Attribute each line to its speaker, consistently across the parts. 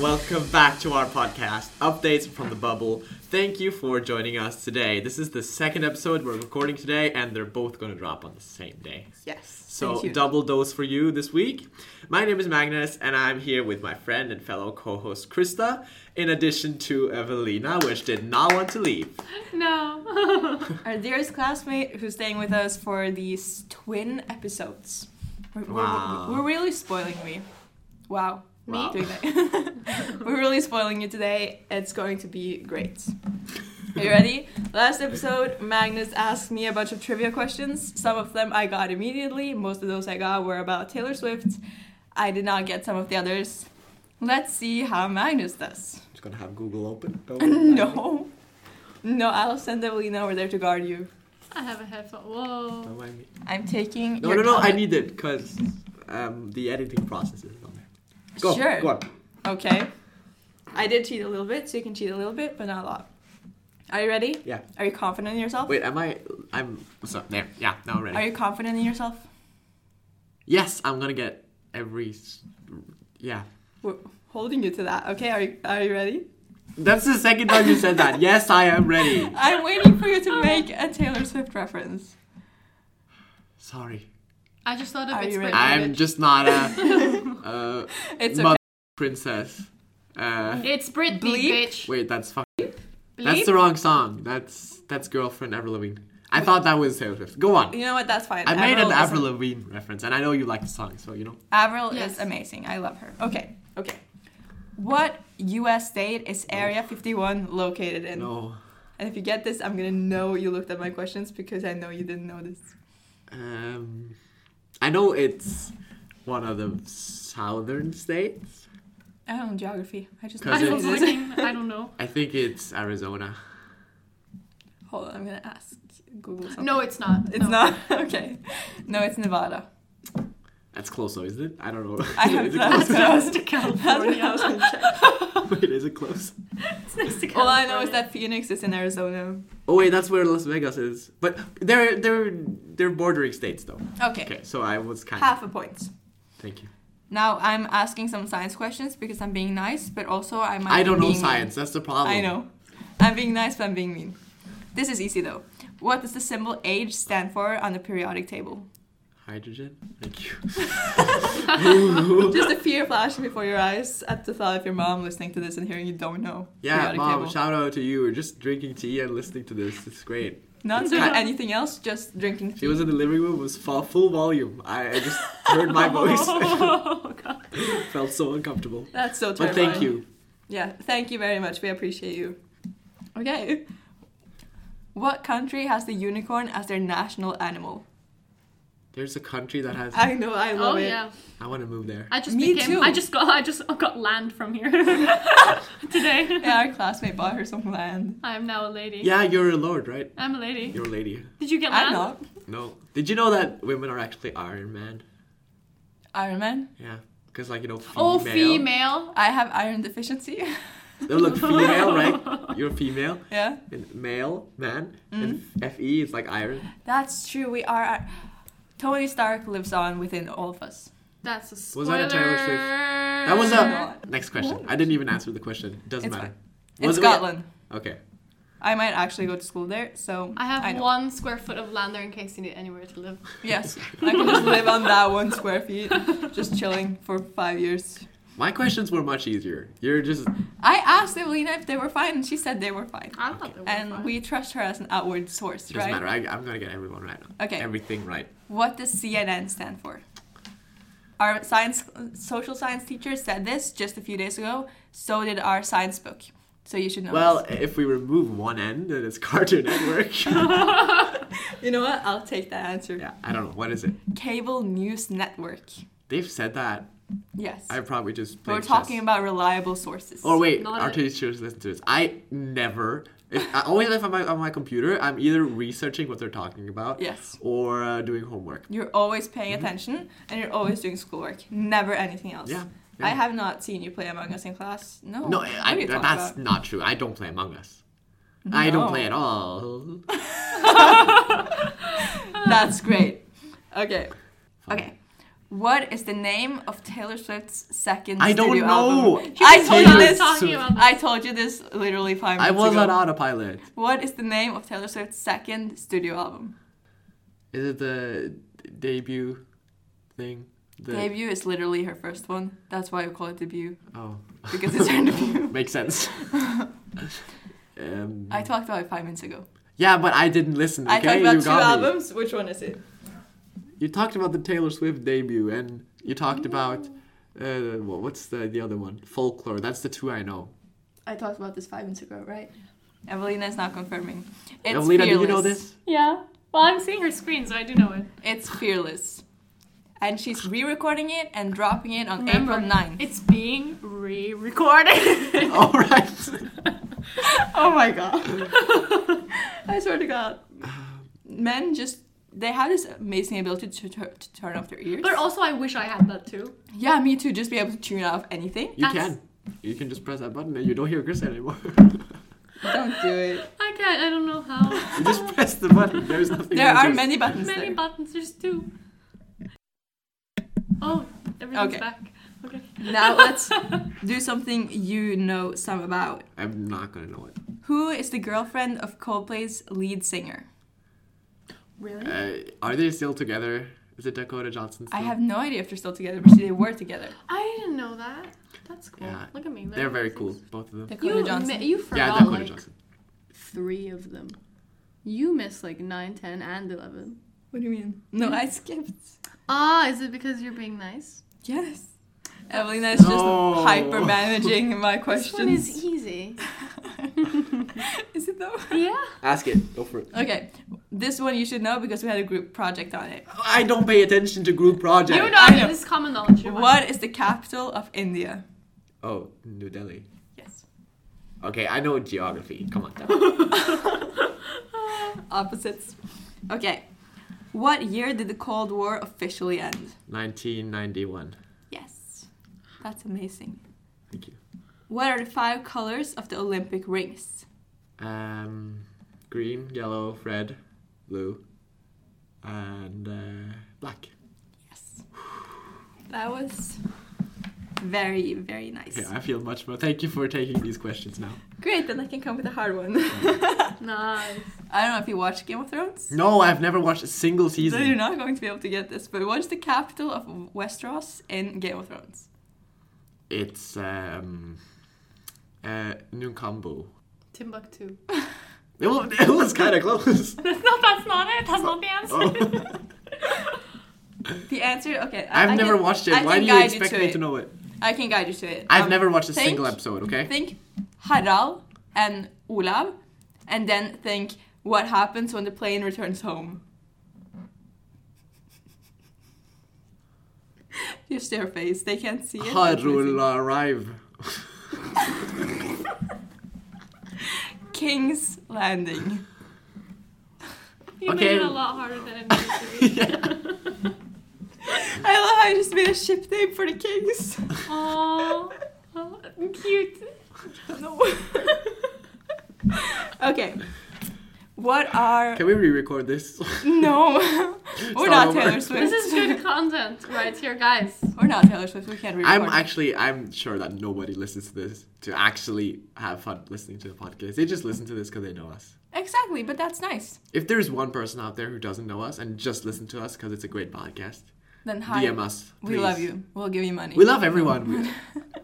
Speaker 1: welcome back to our podcast, Updates from the Bubble. Thank you for joining us today. This is the second episode we're recording today, and they're both going to drop on the same day.
Speaker 2: Yes.
Speaker 1: So,
Speaker 2: Thank you.
Speaker 1: double dose for you this week. My name is Magnus, and I'm here with my friend and fellow co host Krista, in addition to Evelina, which did not want to leave.
Speaker 3: No.
Speaker 2: Our dearest classmate who's staying with us for these twin episodes. We're, we're-
Speaker 1: Wow.
Speaker 2: we're really spoiling me. Wow.
Speaker 1: Wow.
Speaker 2: Doing that. we're really spoiling you today. It's going to be great. Are you ready? Last episode, Magnus asked me a bunch of trivia questions. Some of them I got immediately. Most of those I got were about Taylor Swift. I did not get some of the others. Let's see how Magnus does.
Speaker 1: just going to have Google open.
Speaker 2: No. No, I'll send Evelina over there to guard you.
Speaker 3: I have a headphone. Whoa.
Speaker 1: Don't mind me.
Speaker 2: I'm taking.
Speaker 1: No,
Speaker 2: your
Speaker 1: no, no, I
Speaker 2: comment.
Speaker 1: need it because um, the editing process is on there. Go,
Speaker 2: Sure.
Speaker 1: go on.
Speaker 2: Okay. I did cheat a little bit, so you can cheat a little bit, but not a lot. Are you ready?
Speaker 1: Yeah.
Speaker 2: Are you confident in yourself?
Speaker 1: Wait, am I? I'm. What's up? There. Yeah, now I'm ready.
Speaker 2: Are you confident in yourself?
Speaker 1: Yes, I'm gonna get every. s- Yeah.
Speaker 2: We're holding you to that. Okay. Are you Are you ready?
Speaker 1: That's the second time you said that. Yes, I am ready.
Speaker 2: I'm waiting for you to make a Taylor Swift reference.
Speaker 1: Sorry.
Speaker 3: I just thought
Speaker 2: Are
Speaker 3: of it's
Speaker 2: you ready?
Speaker 1: I'm
Speaker 3: Brit
Speaker 1: just not a. uh,
Speaker 2: It's
Speaker 1: mother
Speaker 2: okay.
Speaker 1: princess. Uh,
Speaker 3: It's Britney,
Speaker 2: Bleep?
Speaker 3: bitch.
Speaker 1: wait, that's fuck.
Speaker 3: Bleep?
Speaker 1: That's the wrong song. That's that's girlfriend Avril Lavigne. I thought that was Taylor Swift. Go on.
Speaker 2: You know what? That's fine.
Speaker 1: I made an
Speaker 2: doesn't-
Speaker 1: Avril Lavigne reference, and I know you like the song, so you know.
Speaker 2: Avril
Speaker 3: Yes.
Speaker 2: is amazing. I love her. Okay. Okay. What U.S. state is Area 51 located in?
Speaker 1: No.
Speaker 2: And if you get this, I'm gonna know you looked at my questions because I know you didn't know this.
Speaker 1: Um, I know it's one of the southern states.
Speaker 2: I don't know geography. I just
Speaker 1: Cause
Speaker 3: I was
Speaker 1: it's-
Speaker 3: looking. I don't know.
Speaker 1: I think it's Arizona.
Speaker 2: Hold on, I'm gonna ask Google. Something.
Speaker 3: No, it's not.
Speaker 2: it's
Speaker 3: No.
Speaker 2: not. okay, no, it's Nevada.
Speaker 1: That's close though, isn't it? I don't know.
Speaker 2: I have
Speaker 1: is it
Speaker 2: that.
Speaker 3: That's
Speaker 1: close?
Speaker 3: close to
Speaker 2: That's what I
Speaker 3: California.
Speaker 2: was gonna check.
Speaker 1: Wait, is it close?
Speaker 3: It's next to California.
Speaker 2: All I know is that Phoenix is in Arizona.
Speaker 1: Oh wait, that's where Las Vegas is. But they're they're they're bordering states though.
Speaker 2: Okay,
Speaker 1: Okay, so I was kind of.
Speaker 2: Eh. half a point.
Speaker 1: Thank you.
Speaker 2: Now I'm asking some science questions because I'm being nice, but also I might.
Speaker 1: I
Speaker 2: be
Speaker 1: don't know
Speaker 2: being mean.
Speaker 1: science. That's the problem.
Speaker 2: I know. I'm being nice, but I'm being mean. This is easy though. What does the symbol H stand for on the periodic table?
Speaker 1: Hydrogen. Thank you.
Speaker 2: Just a fear flashing before your eyes at the thought of your mom listening to this and hearing you don't know.
Speaker 1: Yeah,
Speaker 2: periodic
Speaker 1: mom.
Speaker 2: table.
Speaker 1: Shout out to you. We're just drinking tea and listening to this. It's great.
Speaker 2: Not
Speaker 1: It's
Speaker 2: doing
Speaker 1: kind-
Speaker 2: anything else, just drinking
Speaker 1: She
Speaker 2: tea.
Speaker 1: was in the living room. It was full, full volume. I, I just heard my voice.
Speaker 3: Oh, God.
Speaker 1: Felt so uncomfortable.
Speaker 2: That's so
Speaker 1: But
Speaker 2: terrifying.
Speaker 1: thank you.
Speaker 2: Yeah, thank you very much. We appreciate you. Okay. What country has the unicorn as their national animal?
Speaker 1: There's a country that has. I,
Speaker 2: I know, I love
Speaker 3: Oh
Speaker 2: it.
Speaker 3: yeah.
Speaker 1: want to move there.
Speaker 3: I just
Speaker 2: Me
Speaker 3: became.
Speaker 2: too.
Speaker 3: I just got. I just got land from here today.
Speaker 2: Yeah, our classmate bought her some land.
Speaker 3: I am now a lady.
Speaker 1: Yeah, you're a lord, right?
Speaker 3: I'm a lady.
Speaker 1: You're a lady.
Speaker 3: Did you get land?
Speaker 2: I'm not.
Speaker 1: No. Did you know that women are actually Iron Man?
Speaker 2: Iron Man.
Speaker 1: Yeah. Because, like, you know, female.
Speaker 3: Oh, female.
Speaker 2: I have iron deficiency.
Speaker 1: They look female, right? You're female.
Speaker 2: yeah.
Speaker 1: And male, man.
Speaker 2: Mm.
Speaker 1: And FE is like iron.
Speaker 2: That's true. We are. Tony Stark lives on within all of us.
Speaker 3: That's a spoiler.
Speaker 1: Was that a Taylor Swift? That was a.
Speaker 2: What?
Speaker 1: Next question. I didn't even answer the question. Doesn't
Speaker 2: Uh, It's
Speaker 1: matter.
Speaker 2: In
Speaker 1: Was it-
Speaker 2: Scotland.
Speaker 1: Okay.
Speaker 2: I might actually go to school there, so
Speaker 3: I have
Speaker 2: know.
Speaker 3: one square foot of land there in case you need anywhere to live.
Speaker 2: Yes, I can just live on that one square feet, just chilling for five years.
Speaker 1: My questions were much easier. You're just.
Speaker 2: I asked Evelina if they were fine, and she said they were fine.
Speaker 3: I thought they were
Speaker 2: And
Speaker 3: fun.
Speaker 2: we trust her as an outward source,
Speaker 1: Doesn't
Speaker 2: right?
Speaker 1: matter. I, I'm gonna get everyone right.
Speaker 2: Okay.
Speaker 1: Everything right.
Speaker 2: What does CNN stand for? Our science, social science teacher said this just a few days ago. So did our science book. So you should know.
Speaker 1: Well, if we remove one end, then it's Cartoon Network.
Speaker 2: this. you know what? I'll take that answer.
Speaker 1: yeah, I don't know. What is it?
Speaker 2: Cable news network.
Speaker 1: They've said that.
Speaker 2: Yes.
Speaker 1: I probably just.
Speaker 2: We're
Speaker 1: played chess.
Speaker 2: talking about reliable sources.
Speaker 1: Or Oh, wait,
Speaker 3: Not
Speaker 1: our
Speaker 3: it.
Speaker 1: teachers listen to this. I never. If, I always if I'm on my, on my computer, I'm either researching what they're talking about,
Speaker 2: Yes.
Speaker 1: or uh, doing homework.
Speaker 2: You're always paying attention and you're always doing schoolwork, never anything else.
Speaker 1: Mm-hmm. Yeah,
Speaker 2: I
Speaker 1: yeah.
Speaker 2: have not seen you play Among Us in class. No.
Speaker 1: No,
Speaker 2: What
Speaker 1: I,
Speaker 2: are you talking
Speaker 1: that's
Speaker 2: about?
Speaker 1: not true. I don't play Among Us. I don't
Speaker 2: No.
Speaker 1: play at all.
Speaker 2: That's great. Okay.
Speaker 1: Fine.
Speaker 2: Okay. What is the name of Taylor Swift's second
Speaker 1: I don't
Speaker 2: studio
Speaker 1: know.
Speaker 2: album?
Speaker 3: She
Speaker 2: I
Speaker 3: was
Speaker 2: told
Speaker 1: Taylor
Speaker 2: you
Speaker 3: not
Speaker 2: this.
Speaker 1: Swift.
Speaker 3: talking about
Speaker 2: I told you this literally five minutes
Speaker 1: I was
Speaker 2: ago.
Speaker 1: on autopilot.
Speaker 2: What is the name of Taylor Swift's second studio album?
Speaker 1: Is it the d- debut thing? The,
Speaker 2: Debut is literally her first one. That's why you call it debut
Speaker 1: Oh,
Speaker 2: because it's her debut.
Speaker 1: makes sense. um,
Speaker 2: I talked about it five minutes ago.
Speaker 1: yeah, but I didn't listen. Okay,
Speaker 2: I talked about
Speaker 1: you
Speaker 2: two
Speaker 1: got me.
Speaker 2: albums. Which one is it?
Speaker 1: You talked about the Taylor Swift debut, and you
Speaker 2: Mm.
Speaker 1: talked about uh, wha- what's the the other one? Folklore. That's the two I know.
Speaker 2: I talked about this five minutes ago, right? Evelina is not confirming. It's
Speaker 1: Evelina,
Speaker 2: fearless.
Speaker 1: do you know this?
Speaker 3: Yeah. Well, I'm seeing her screen, so I do know it.
Speaker 2: It's fearless. And she's re-recording it and dropping it on
Speaker 3: Remember,
Speaker 2: April 9th.
Speaker 3: It's being re-recorded.
Speaker 1: All right.
Speaker 2: Oh my god. I swear to god. Men just they have this amazing ability to, tur- to turn off their ears.
Speaker 3: but also, I wish I had that too.
Speaker 2: yeah, me too. Just be able to tune off anything.
Speaker 1: You
Speaker 3: That's-
Speaker 1: can. You can just press that button, and you don't hear Chris anymore.
Speaker 2: Don't do it.
Speaker 3: I can't. I don't know how.
Speaker 1: you just press the button. There's nothing.
Speaker 2: There
Speaker 1: else.
Speaker 2: are many buttons
Speaker 3: many
Speaker 2: there.
Speaker 3: buttons. There's two. Oh, everything's
Speaker 2: Okay.
Speaker 3: back. Okay.
Speaker 2: now let's do something you know some about.
Speaker 1: I'm not gonna know it.
Speaker 2: Who is the girlfriend of Coldplay's lead singer?
Speaker 3: Really?
Speaker 1: Uh, are they still together? Is it Dakota Johnson? Still?
Speaker 2: I have no idea if they're still together, but they were together.
Speaker 3: I didn't know that. That's cool.
Speaker 1: Yeah.
Speaker 3: Look at me.
Speaker 1: They're very cool, both of them.
Speaker 2: Dakota
Speaker 3: You,
Speaker 2: Johnson.
Speaker 3: mi- you forgot
Speaker 1: Yeah, Dakota
Speaker 3: like
Speaker 1: Johnson.
Speaker 3: three of them. You missed like 9, 10, and 11.
Speaker 2: What do you mean? No, I skipped.
Speaker 3: Ah, is it because you're being nice?
Speaker 2: Yes. Evelina is just
Speaker 1: No.
Speaker 2: hyper managing my
Speaker 3: This one
Speaker 2: questions.
Speaker 3: is easy.
Speaker 2: Is it though?
Speaker 3: yeah.
Speaker 1: Ask it. Go for it.
Speaker 2: Okay, this one you should know because we had a group project on it.
Speaker 1: I don't pay attention to group projects.
Speaker 3: You know,
Speaker 2: I know.
Speaker 3: this is common knowledge. you're fine.
Speaker 2: What is the capital of India?
Speaker 1: Oh, New Delhi.
Speaker 2: Yes.
Speaker 1: Okay, I know geography. Come on. Down.
Speaker 2: Opposites. Okay. What year did the Cold War officially end?
Speaker 1: 1991.
Speaker 2: Yes. That's amazing.
Speaker 1: Thank you.
Speaker 2: What are the five colors of the Olympic rings?
Speaker 1: Um, green, yellow, red, blue, and uh, black.
Speaker 2: Yes. That was very, very nice.
Speaker 1: Okay, I feel much more. Thank you for taking these questions now.
Speaker 2: Great, then I can come with a hard one.
Speaker 3: Nice.
Speaker 2: I don't know if you watched Game of Thrones.
Speaker 1: No, I've never watched a single
Speaker 2: So you're
Speaker 1: season.
Speaker 2: not going to be able to get this, but what is the capital of Westeros in Game of Thrones?
Speaker 1: It's um, uh, Nunkambo.
Speaker 3: Timbuktu.
Speaker 1: It was, it was kind of close.
Speaker 3: That's not, that's not it. That's not the answer.
Speaker 1: Oh.
Speaker 2: The answer, okay. I-
Speaker 1: I've
Speaker 2: I
Speaker 1: never
Speaker 2: can-
Speaker 1: watched it.
Speaker 2: I
Speaker 1: Why
Speaker 2: can
Speaker 1: do you
Speaker 2: guide
Speaker 1: expect
Speaker 2: you
Speaker 1: me
Speaker 2: it.
Speaker 1: to know it?
Speaker 2: I can guide you to it.
Speaker 1: I've
Speaker 2: Um,
Speaker 1: never watched a
Speaker 2: think-
Speaker 1: single episode. Okay.
Speaker 2: Think Harald and Olav, and then think what happens when the plane returns home. Just their face. They can't see it. but they
Speaker 1: Harul arrive.
Speaker 2: think- King's Landing.
Speaker 3: You
Speaker 1: Okay.
Speaker 3: made it a lot harder than it needed to be.
Speaker 1: yeah.
Speaker 2: I love how you just made a ship name for the kings.
Speaker 3: Aw. Oh, cute.
Speaker 2: No. okay. What are
Speaker 1: Can we re-record this?
Speaker 2: no? We're
Speaker 1: Start
Speaker 2: not
Speaker 1: over.
Speaker 2: Taylor Swift.
Speaker 3: This is good content right here, guys.
Speaker 2: We're not Taylor Swift. We can't record.
Speaker 1: I'm actually I'm sure that nobody listens to this to actually have fun listening to the podcast. They just listen to this because they know us.
Speaker 2: exactly, but that's nice.
Speaker 1: If there's one person out there who doesn't know us and just listen to us because it's a great podcast,
Speaker 2: Then hi.
Speaker 1: DM us.
Speaker 2: We
Speaker 1: please.
Speaker 2: love you. We'll give you money.
Speaker 1: We love everyone.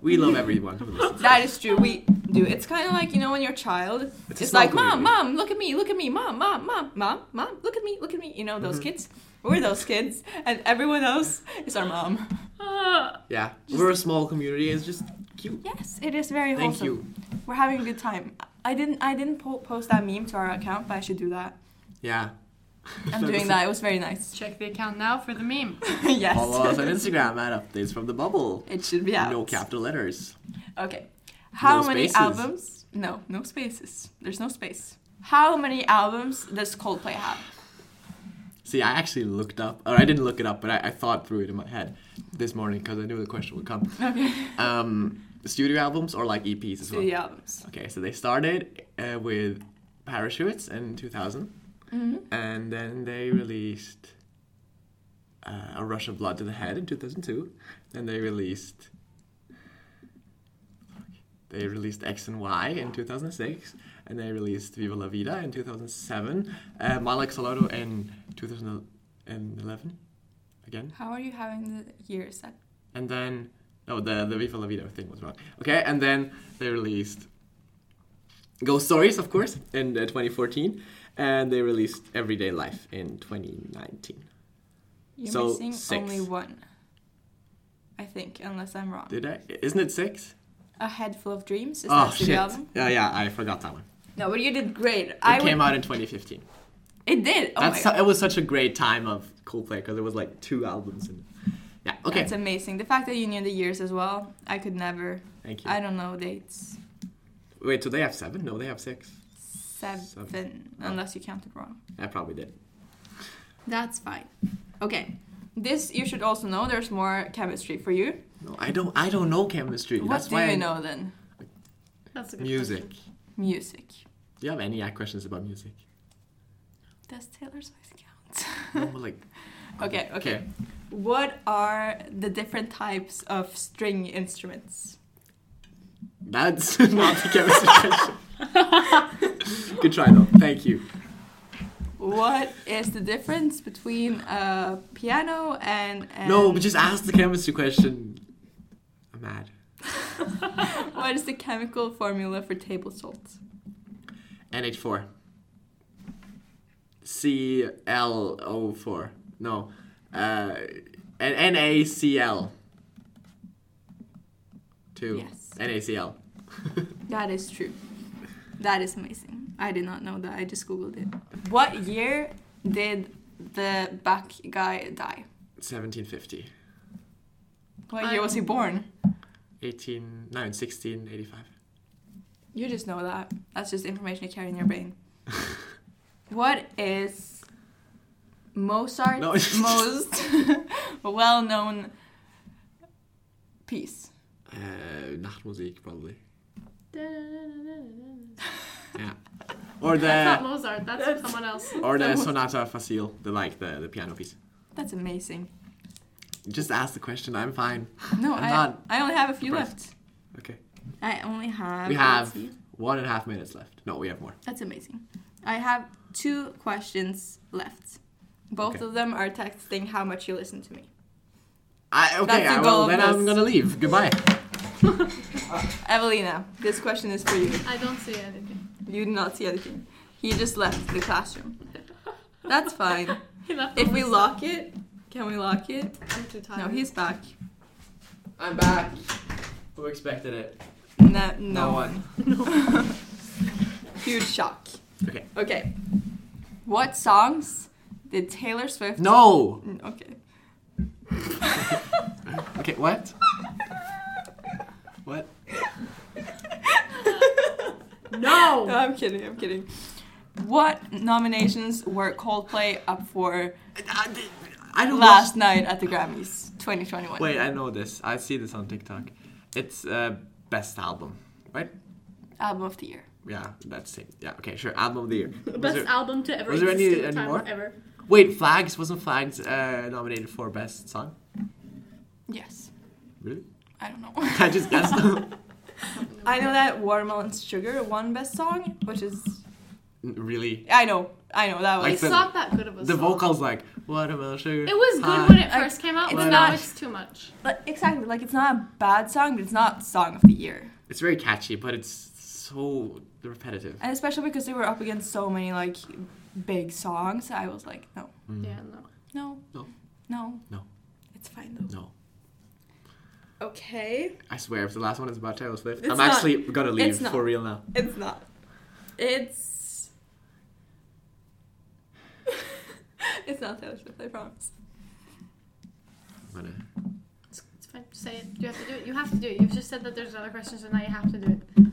Speaker 1: We, we love everyone who listens.
Speaker 2: That is true. We do. It's kind of like you know when you're a child. It's,
Speaker 1: a
Speaker 2: like
Speaker 1: small
Speaker 2: mom,
Speaker 1: community."
Speaker 2: mom, look at me, look at me, mom, mom, mom, mom, mom, look at me, look at me. You know those
Speaker 1: Mm-hmm.
Speaker 2: kids. We're those kids, and everyone else is our mom.
Speaker 3: Ah.
Speaker 1: Yeah, we're a small community. It's just cute.
Speaker 2: Yes, it is very
Speaker 1: Thank
Speaker 2: wholesome.
Speaker 1: you.
Speaker 2: We're having a good time. I didn't. I didn't po- post that meme to our account, but I should do that.
Speaker 1: Yeah.
Speaker 2: I'm doing that. It was very nice.
Speaker 3: Check the account now for the meme.
Speaker 2: yes.
Speaker 1: Follow us on Instagram at updates from the bubble.
Speaker 2: It should be out.
Speaker 1: No capital letters.
Speaker 2: Okay. How
Speaker 1: No
Speaker 2: many
Speaker 1: spaces.
Speaker 2: albums? No, no spaces. There's no space. How many albums does Coldplay have?
Speaker 1: See, I actually looked up, or I didn't look it up, but I, I thought through it in my head this morning because I knew the question would come.
Speaker 2: Okay.
Speaker 1: um, studio albums or like EPs as well.
Speaker 2: Studio albums.
Speaker 1: Okay, so they started uh, with Parachutes in 2000,
Speaker 2: hmm
Speaker 1: and then they released uh, A Rush of Blood to the Head in 2002, and they released they released X and Y in 2006, and they released Viva La Vida in 2007, uh, My Like Salado in 2011 again,
Speaker 2: How are you having the years? That
Speaker 1: and then no, the the Viva La Vida thing was wrong. Okay, and then they released Ghost Stories, of course, in uh, 2014, and they released Everyday Life in 2019.
Speaker 2: you're
Speaker 1: So,
Speaker 2: missing
Speaker 1: six.
Speaker 2: only one. I think, unless I'm wrong.
Speaker 1: Did I? Isn't it six?
Speaker 2: A Head Full of Dreams is
Speaker 1: oh
Speaker 2: that the
Speaker 1: shit!
Speaker 2: album?
Speaker 1: Yeah, yeah, I forgot that one.
Speaker 2: No, but you did great.
Speaker 1: It
Speaker 2: I
Speaker 1: came
Speaker 2: would,
Speaker 1: out in 2015.
Speaker 2: It did. Oh
Speaker 1: That's
Speaker 2: my god.
Speaker 1: it was such a great time of Coldplay because it was like two albums and yeah. Okay,
Speaker 2: That's amazing. The fact that you knew the years as well, I could never.
Speaker 1: thank you.
Speaker 2: I don't know dates.
Speaker 1: Wait, so they have seven? No, they have six.
Speaker 2: Seven,
Speaker 1: Seven.
Speaker 2: unless you counted wrong.
Speaker 1: I probably did.
Speaker 3: That's fine.
Speaker 2: Okay. This you should also know. There's more chemistry for you.
Speaker 1: No, I don't. I don't know chemistry.
Speaker 2: What
Speaker 1: That's
Speaker 2: do
Speaker 1: why I
Speaker 2: you know then?
Speaker 3: That's a good
Speaker 1: Music.
Speaker 3: question.
Speaker 2: Music.
Speaker 1: Do you have any uh, questions about music?
Speaker 2: Does Taylor Swift count?
Speaker 1: No, but, like
Speaker 2: Okay, okay. What are the different types of string instruments?
Speaker 1: That's not the chemistry question. Good try though. Thank you.
Speaker 2: What is the difference between a piano and, and
Speaker 1: No, but just ask the chemistry question. I'm mad.
Speaker 2: what is the chemical formula for table salt?
Speaker 1: NH4. ClO4. No. Uh, and NaCl. 2.
Speaker 2: Yes.
Speaker 1: NaCl.
Speaker 2: That is true. That is amazing. I did not know that. I just googled it. What year did the back guy die?
Speaker 1: 1750.
Speaker 2: What year was he born?
Speaker 1: 18, no, 1685.
Speaker 2: You just know that. That's just information you carry in your brain. what is Mozart's
Speaker 1: No.
Speaker 2: most well known piece?
Speaker 1: Uh, Nachtmusik, probably.
Speaker 3: Da-da-da-da-da-da.
Speaker 1: Yeah. Or
Speaker 3: That's not
Speaker 1: the.
Speaker 3: Mozart. That's from someone else.
Speaker 1: Or the Sonata Facile, the like the, the piano piece.
Speaker 2: That's amazing.
Speaker 1: Just ask the question. I'm fine.
Speaker 2: No,
Speaker 1: I'm
Speaker 2: I,
Speaker 1: not
Speaker 2: I only have a few left.
Speaker 1: Okay.
Speaker 2: I only have.
Speaker 1: We
Speaker 2: let's
Speaker 1: have
Speaker 2: see.
Speaker 1: one and a half minutes left. No, we have more.
Speaker 2: That's amazing. I have two questions left. Both
Speaker 1: Okay.
Speaker 2: of them are texting how much you listen to me.
Speaker 1: I, okay,
Speaker 2: That's the
Speaker 1: I
Speaker 2: goal
Speaker 1: will,
Speaker 2: of
Speaker 1: then I'm
Speaker 2: this.
Speaker 1: gonna leave. Goodbye.
Speaker 2: Evelina, this question is for you.
Speaker 3: I don't see anything.
Speaker 2: You did not see anything. He just left the classroom. That's fine.
Speaker 3: He left
Speaker 2: If
Speaker 3: all
Speaker 2: we
Speaker 3: his
Speaker 2: lock it, can we lock it?
Speaker 3: stuff. I'm too tired.
Speaker 2: No, he's back.
Speaker 1: I'm back. Who expected it?
Speaker 2: No, no,
Speaker 1: No
Speaker 2: one. Huge shock.
Speaker 1: Okay.
Speaker 2: Okay. What songs did Taylor Swift?
Speaker 1: No.
Speaker 2: Mm, Okay.
Speaker 1: Okay. What? What?
Speaker 2: no. No, I'm kidding. I'm kidding. What nominations were Coldplay up for
Speaker 1: I, I don't
Speaker 2: last night at the Grammys 2021?
Speaker 1: watch- Wait, I know this. I see this on TikTok. It's uh, best album, right?
Speaker 2: Album of the year.
Speaker 1: Yeah, that's it. Yeah. Okay, sure. Album of the year. Was
Speaker 3: Best
Speaker 1: there-
Speaker 3: album to ever
Speaker 1: was there any-
Speaker 3: exist in the
Speaker 1: any
Speaker 3: time
Speaker 1: more?
Speaker 3: ever.
Speaker 1: Wait, Flags wasn't Flags uh, nominated for best song?
Speaker 2: Yes.
Speaker 1: Really?
Speaker 2: I don't know.
Speaker 1: I just guessed.
Speaker 2: I know that Watermelon Sugar won best song, which is
Speaker 1: really?
Speaker 2: I know, I know that was.
Speaker 1: Like
Speaker 3: It's
Speaker 1: the-
Speaker 3: not that good of a
Speaker 1: The
Speaker 3: song.
Speaker 1: vocals like watermelon sugar.
Speaker 3: It was
Speaker 1: Hi.
Speaker 3: good when it
Speaker 2: I-
Speaker 3: first came out,
Speaker 2: it's
Speaker 3: but
Speaker 2: not-
Speaker 3: now it's too much.
Speaker 2: Like, exactly, like it's not a bad song, but it's not song of the year,
Speaker 1: It's very catchy, but it's so repetitive.
Speaker 2: and especially because they were up against so many like big songs. I was like, no,
Speaker 1: Mm.
Speaker 3: Yeah, no.
Speaker 2: no,
Speaker 1: No.
Speaker 2: no,
Speaker 1: No.
Speaker 2: It's fine though.
Speaker 1: No.
Speaker 2: Okay,
Speaker 1: I swear, if the last one is about Taylor Swift,
Speaker 2: It's
Speaker 1: I'm
Speaker 2: not.
Speaker 1: actually gonna leave
Speaker 2: It's not.
Speaker 1: for real now.
Speaker 2: it's not. It's. it's not Taylor Swift. I promise.
Speaker 1: I'm gonna.
Speaker 3: It's, it's fine. Say it. You have to do it. You have to do it. You've just said that there's other questions, and now you have to do it.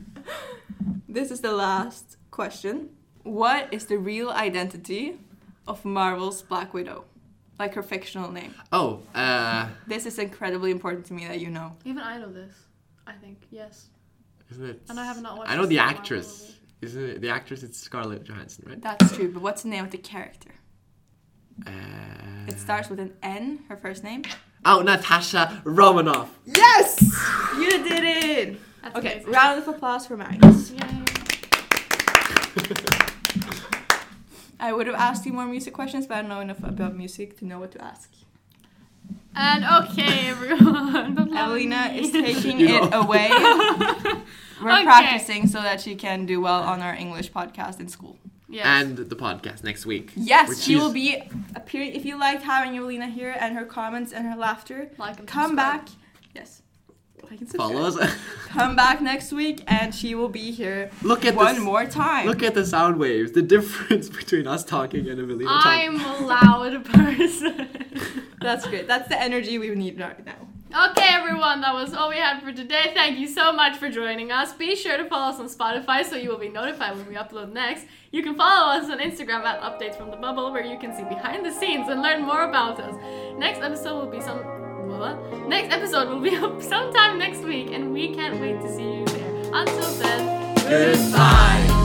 Speaker 2: This is the last question. What is the real identity of Marvel's Black Widow? Like her fictional name.
Speaker 1: Oh, uh,
Speaker 2: This is incredibly important to me that you know.
Speaker 3: Even I know this. I think yes.
Speaker 1: isn't it?
Speaker 3: And I have not watched
Speaker 1: I know
Speaker 3: this
Speaker 1: the
Speaker 3: Marvel
Speaker 1: actress. Isn't it the actress? It's Scarlett Johansson, right?
Speaker 2: That's true, but what's the name of the character?
Speaker 1: Uh,
Speaker 2: It starts with an N, her first name.
Speaker 1: oh, Natasha Romanoff.
Speaker 2: Yes! You did it!
Speaker 3: That's
Speaker 2: Okay,
Speaker 3: amazing.
Speaker 2: round of applause for Magnus.
Speaker 3: Yay.
Speaker 2: I would have asked you more music questions, but I don't know enough about music to know what to ask.
Speaker 3: And okay, everyone. don't love
Speaker 2: Evelina
Speaker 3: me.
Speaker 2: is taking
Speaker 1: You know.
Speaker 2: it away. We're
Speaker 3: Okay.
Speaker 2: practicing so that she can do well on our English podcast in school.
Speaker 3: Yes.
Speaker 1: And the podcast next week.
Speaker 2: Yes,
Speaker 1: Which
Speaker 2: she
Speaker 1: is-
Speaker 2: will be appearing. If you liked having Evelina here and her comments and her laughter,
Speaker 3: like and
Speaker 2: come
Speaker 3: subscribe.
Speaker 2: back. Yes. Like and subscribe.
Speaker 1: Follow us.
Speaker 2: Come back next week and she will be here
Speaker 1: look at
Speaker 2: one
Speaker 1: this.
Speaker 2: more time.
Speaker 1: Look at the sound waves. The difference between us talking and Evelina talking.
Speaker 3: I'm a loud person.
Speaker 2: That's great. That's the energy we need right now.
Speaker 3: okay, everyone, that was all we had for today. Thank you so much for joining us. Be sure to follow us on Spotify so you will be notified when we upload next. You can follow us on Instagram at Updates from the Bubble, where you can see behind the scenes and learn more about us. Next episode will be some. blah. Next episode will be up sometime next week, and we can't wait to see you there. Until then,
Speaker 1: Goodbye.